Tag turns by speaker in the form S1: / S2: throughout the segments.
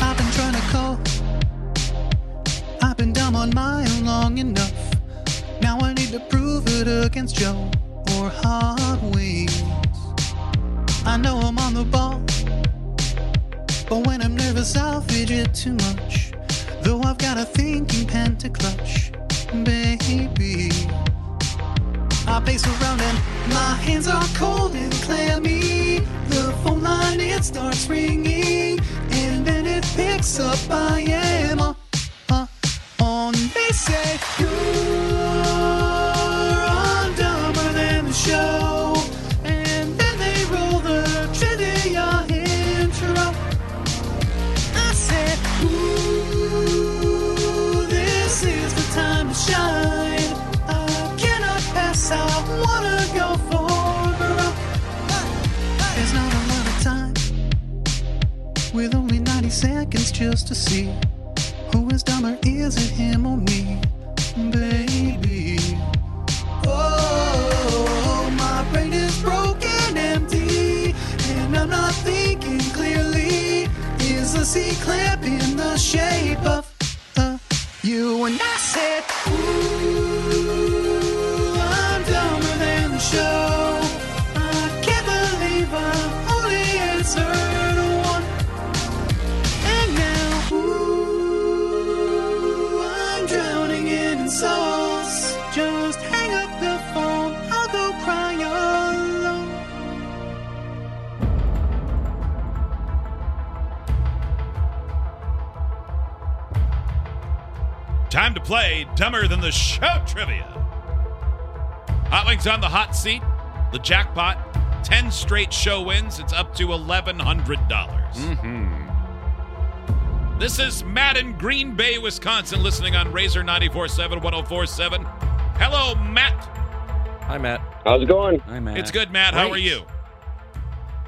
S1: I've been trying to call. I've been dumb on my own long enough. Now I need to prove it against Joe or hard wings. I know I'm on the ball, but when I'm nervous, I'll fidget too much. Though I've got a thinking pen to clutch, baby. I pace around and my hands are cold and clammy. The phone line it starts ringing and then it picks up. I am on, on, on. They say you're on dumber than the show, and then they roll the trivia intro. I said, Ooh, this is the time to shine. I cannot pass, I wanna go for broke. There's not a lot of time, with only 90 seconds just to see who is dumber, is it him or me, baby? Oh, my brain is broken empty, and I'm not thinking clearly. Is a C clamp in the shape of uh, you? And I said, Ooh, I'm dumber than the show. I can't believe I only answered one. And now, ooh, I'm drowning in insults. Just hang up the phone, I'll go cry alone.
S2: Time to play Dumber Than the Show Trivia. Hotlink's on the hot seat. The jackpot, 10 straight show wins. It's up to $1,100. dollars Mm-hmm. This is Matt in Green Bay, Wisconsin, listening on Razor 947 1047. Hello, Matt.
S3: Hi, Matt.
S4: How's it going?
S3: Hi, Matt.
S2: It's good, Matt. How are
S3: Great.
S2: you?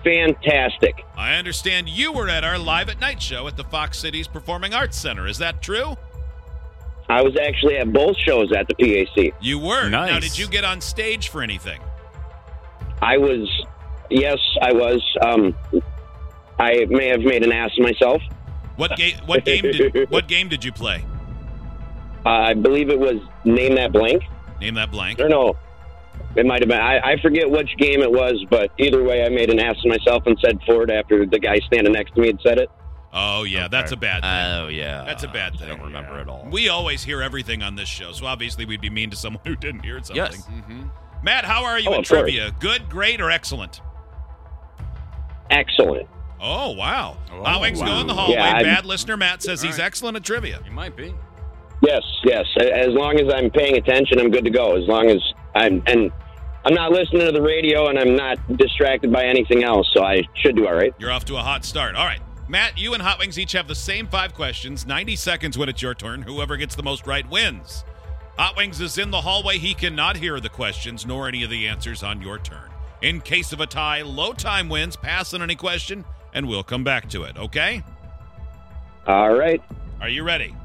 S4: Fantastic.
S2: I understand you were at our live at night show at the Fox Cities Performing Arts Center. Is that true?
S4: I was actually at both shows at the PAC.
S2: You were. Now,
S3: Nice.
S2: did you get on stage for anything?
S4: I was, yes, I was. Um, I may have made an ass of myself.
S2: What game? What game did? What game did you play?
S4: Uh, I believe it was name that blank.
S2: Name that blank.
S4: I don't know. It might have been. I, I forget which game it was, but either way, I made an ass of myself and said Ford after the guy standing next to me had said it.
S2: Oh yeah, that's a bad thing.
S3: Oh, yeah.
S2: That's a bad thing.
S3: I don't remember
S2: Yeah.
S3: at all.
S2: We always hear everything on this show, so obviously we'd be mean to someone who didn't hear something.
S3: Yes.
S2: Matt, how are you
S4: Oh,
S2: in
S4: of course.
S2: trivia? Good, great, or excellent?
S4: Excellent.
S2: Oh wow.
S3: Oh,
S2: Howing's
S3: wow.
S2: going the hallway.
S4: Yeah, I'm-
S2: bad listener Matt says
S3: All
S2: he's
S3: right.
S2: excellent at trivia.
S3: You might be.
S4: Yes, yes. A- As long as I'm paying attention, I'm good to go. As long as I'm and I'm not listening to the radio and I'm not distracted by anything else, so I should do all right.
S2: You're off to a hot start. All right. Matt, you and Hot Wings each have the same five questions. 90 seconds when it's your turn. Whoever gets the most right wins. Hot Wings is in the hallway. He cannot hear the questions nor any of the answers on your turn. In case of a tie, low time wins. Pass on any question, and we'll come back to it, okay?
S4: All right.
S2: Are you ready?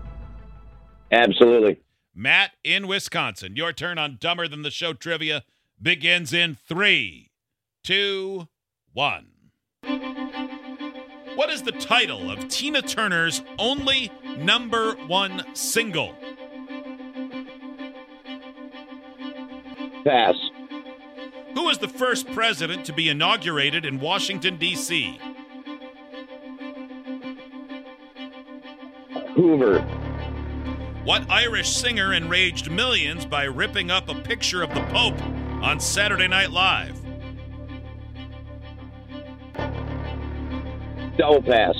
S4: Absolutely.
S2: Matt in Wisconsin, your turn on Dumber Than the Show trivia begins in three, two, one. What is the title of Tina Turner's only number one single?
S4: Pass.
S2: Who was the first president to be inaugurated in Washington, D.C.?
S4: Hoover.
S2: What Irish singer enraged millions by ripping up a picture of the Pope on Saturday Night Live?
S4: Double pass.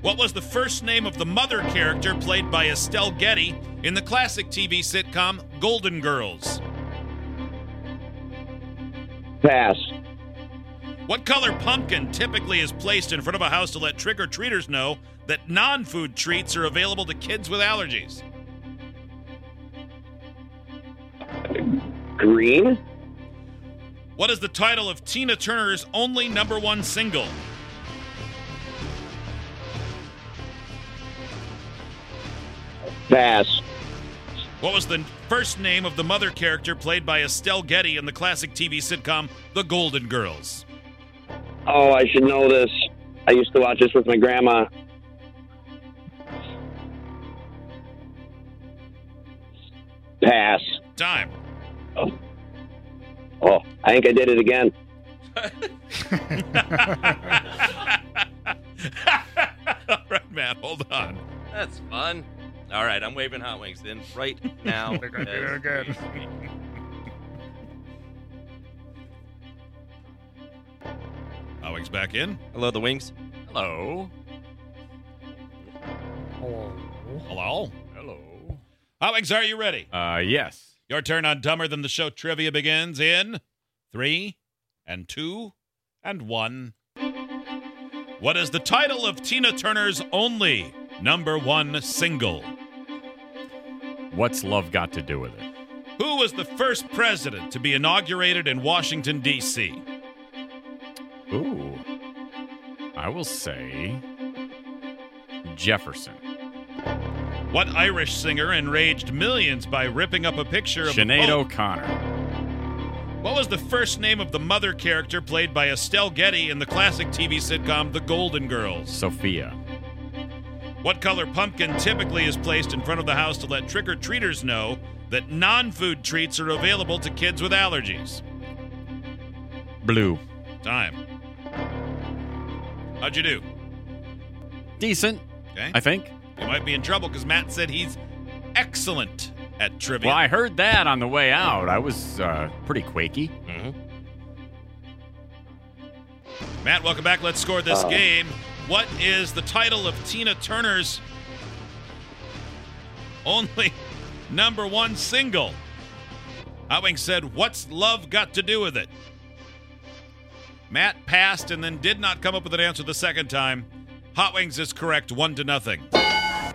S2: What was the first name of the mother character played by Estelle Getty in the classic TV sitcom Golden Girls?
S4: Pass.
S2: What color pumpkin typically is placed in front of a house to let trick or treaters know that non food treats are available to kids with allergies?
S4: Green.
S2: What is the title of Tina Turner's only number one single?
S4: Pass.
S2: What was the first name of the mother character played by Estelle Getty in the classic TV sitcom The Golden Girls?
S4: Oh, I should know this. I used to watch this with my grandma. Pass.
S2: Time.
S4: Oh, I think I did it again.
S2: All right, Matt, hold on.
S3: That's fun. All right, I'm waving hot wings then right now.
S5: They're gonna do it
S3: as
S5: again.
S3: we speak.
S2: Owings back in.
S3: Hello, the wings. Hello.
S5: Hello.
S2: Hello.
S3: Hello.
S2: Owings, are you ready?
S6: Uh, yes.
S2: Your turn on Dumber Than the Show trivia begins in three and two and one. What is the title of Tina Turner's only number one single?
S6: What's love got to do with it?
S2: Who was the first president to be inaugurated in Washington, D.C.?
S6: Ooh. I will say Jefferson.
S2: What Irish singer enraged millions by ripping up a picture of
S6: Sinead
S2: a boat?
S6: O'Connor.
S2: What was the first name of the mother character played by Estelle Getty in the classic TV sitcom The Golden Girls?
S6: Sophia.
S2: What color pumpkin typically is placed in front of the house to let trick or treaters know that non food treats are available to kids with allergies?
S6: Blue.
S2: Time. How'd you do?
S6: Decent,
S2: Okay.
S6: I think.
S2: you might be in trouble because Matt said he's excellent at trivia.
S6: Well, I heard that on the way out. I was uh, pretty quaky.
S2: Matt, welcome back. Let's score this game. What is the title of Tina Turner's only number one single? Howing said, What's love got to do with it? Matt passed and then did not come up with an answer the second time. Hot Wings is correct, one to nothing. Now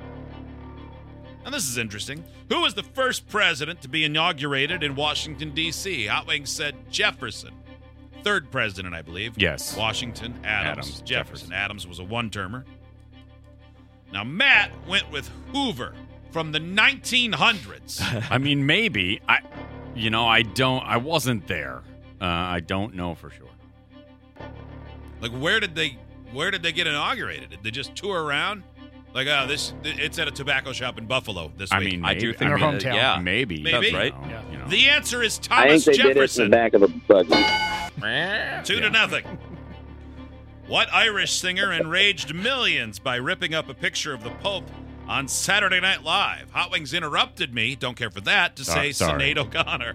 S2: this is interesting. Who was the first president to be inaugurated in Washington, D.C.? Hot Wings said Jefferson. Third president, I believe.
S6: Yes.
S2: Washington, Adams,
S6: Adams,
S2: Jefferson.
S6: Jefferson.
S2: Adams was a one termer. Now Matt went with Hoover from the 1900s.
S6: I mean, maybe. I, you know, I don't. I wasn't there. Uh, I don't know for sure.
S2: like where did they where did they get inaugurated? Did they just tour around? Like oh this it's at a tobacco shop in Buffalo this
S6: I
S2: week.
S6: mean, uh,
S3: I
S6: maybe,
S3: do
S5: In
S3: think
S5: our
S3: we did-
S5: hometown.
S3: yeah.
S6: maybe.
S2: Maybe.
S6: you
S3: Right.
S6: know,
S5: Yeah.
S6: you know.
S2: The answer is
S4: I think
S2: Thomas
S4: they did it in
S2: Jefferson.
S4: the back of a buggy.
S2: Two to nothing. What Irish singer enraged millions by ripping up a picture of the Pope on Saturday Night Live? Hot Wings interrupted me, don't care for that, to
S6: So-
S2: say
S6: sorry.
S2: Sinead O'Connor.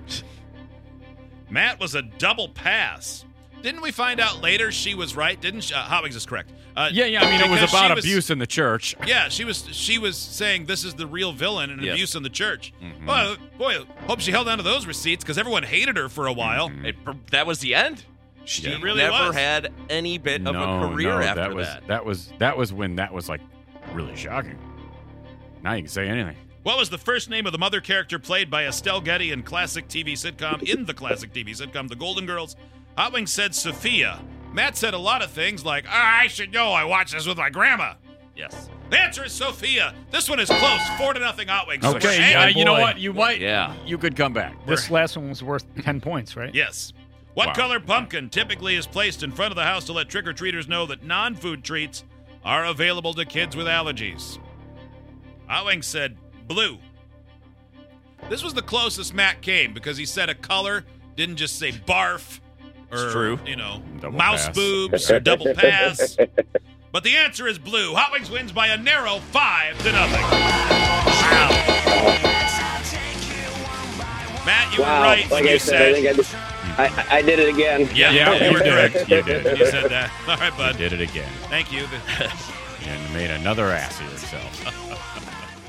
S2: Matt was a double pass. Didn't we find out later she was right? Didn't she? Uh, Hot Wings is correct. Uh,
S6: yeah, yeah. I mean, it was
S2: because she
S6: about abuse in the church.
S2: Yeah, she was she was saying this is the real villain and
S3: Yes.
S2: abuse in the church.
S6: Mhm.
S2: Well, boy, hope she held on to those receipts because everyone hated her for a while.
S6: Mhm.
S3: It, per- that was the end. She
S2: It really
S3: never
S2: was.
S3: had any bit of
S6: No,
S3: a career
S6: no,
S3: after
S6: that was that was that was when that was like really shocking. Now you can say anything.
S2: What was the first name of the mother character played by Estelle Getty in classic TV sitcom in the classic TV sitcom The Golden Girls? Hot Wings said Sophia. Matt said a lot of things like, "Ah, I should know. I watched this with my grandma.
S3: Yes.
S2: The answer is Sophia. This one is close. Four to nothing Hot Wings. So we're
S6: Okay,
S5: yeah,
S6: uh,
S2: hanging-
S6: you know
S5: boy.
S6: what? You might.
S3: Yeah.
S6: You could come back.
S5: This last one was worth 10 points, right?
S2: Yes. What
S6: Wow.
S2: color pumpkin typically is placed in front of the house to let trick or treaters know that non food treats are available to kids with allergies? Owing said blue. This was the closest Matt came because he said a color, didn't just say barf or,
S3: It's true.
S2: you know,
S6: Double
S2: mouse
S6: pass.
S2: boobs or double pass. But the answer is blue. Hot Wings wins by a narrow five to nothing. Wow. Matt, you
S4: Wow.
S2: were right
S4: like
S2: when
S4: I
S2: you
S4: said, I
S2: said
S4: think I, did, I, I did it again.
S2: Yeah,
S6: Yeah,
S2: you were
S6: you did.
S2: correct.
S6: You did.
S2: You said that. All right, bud.
S6: Did it again
S2: Thank you.
S6: and made another ass of yourself.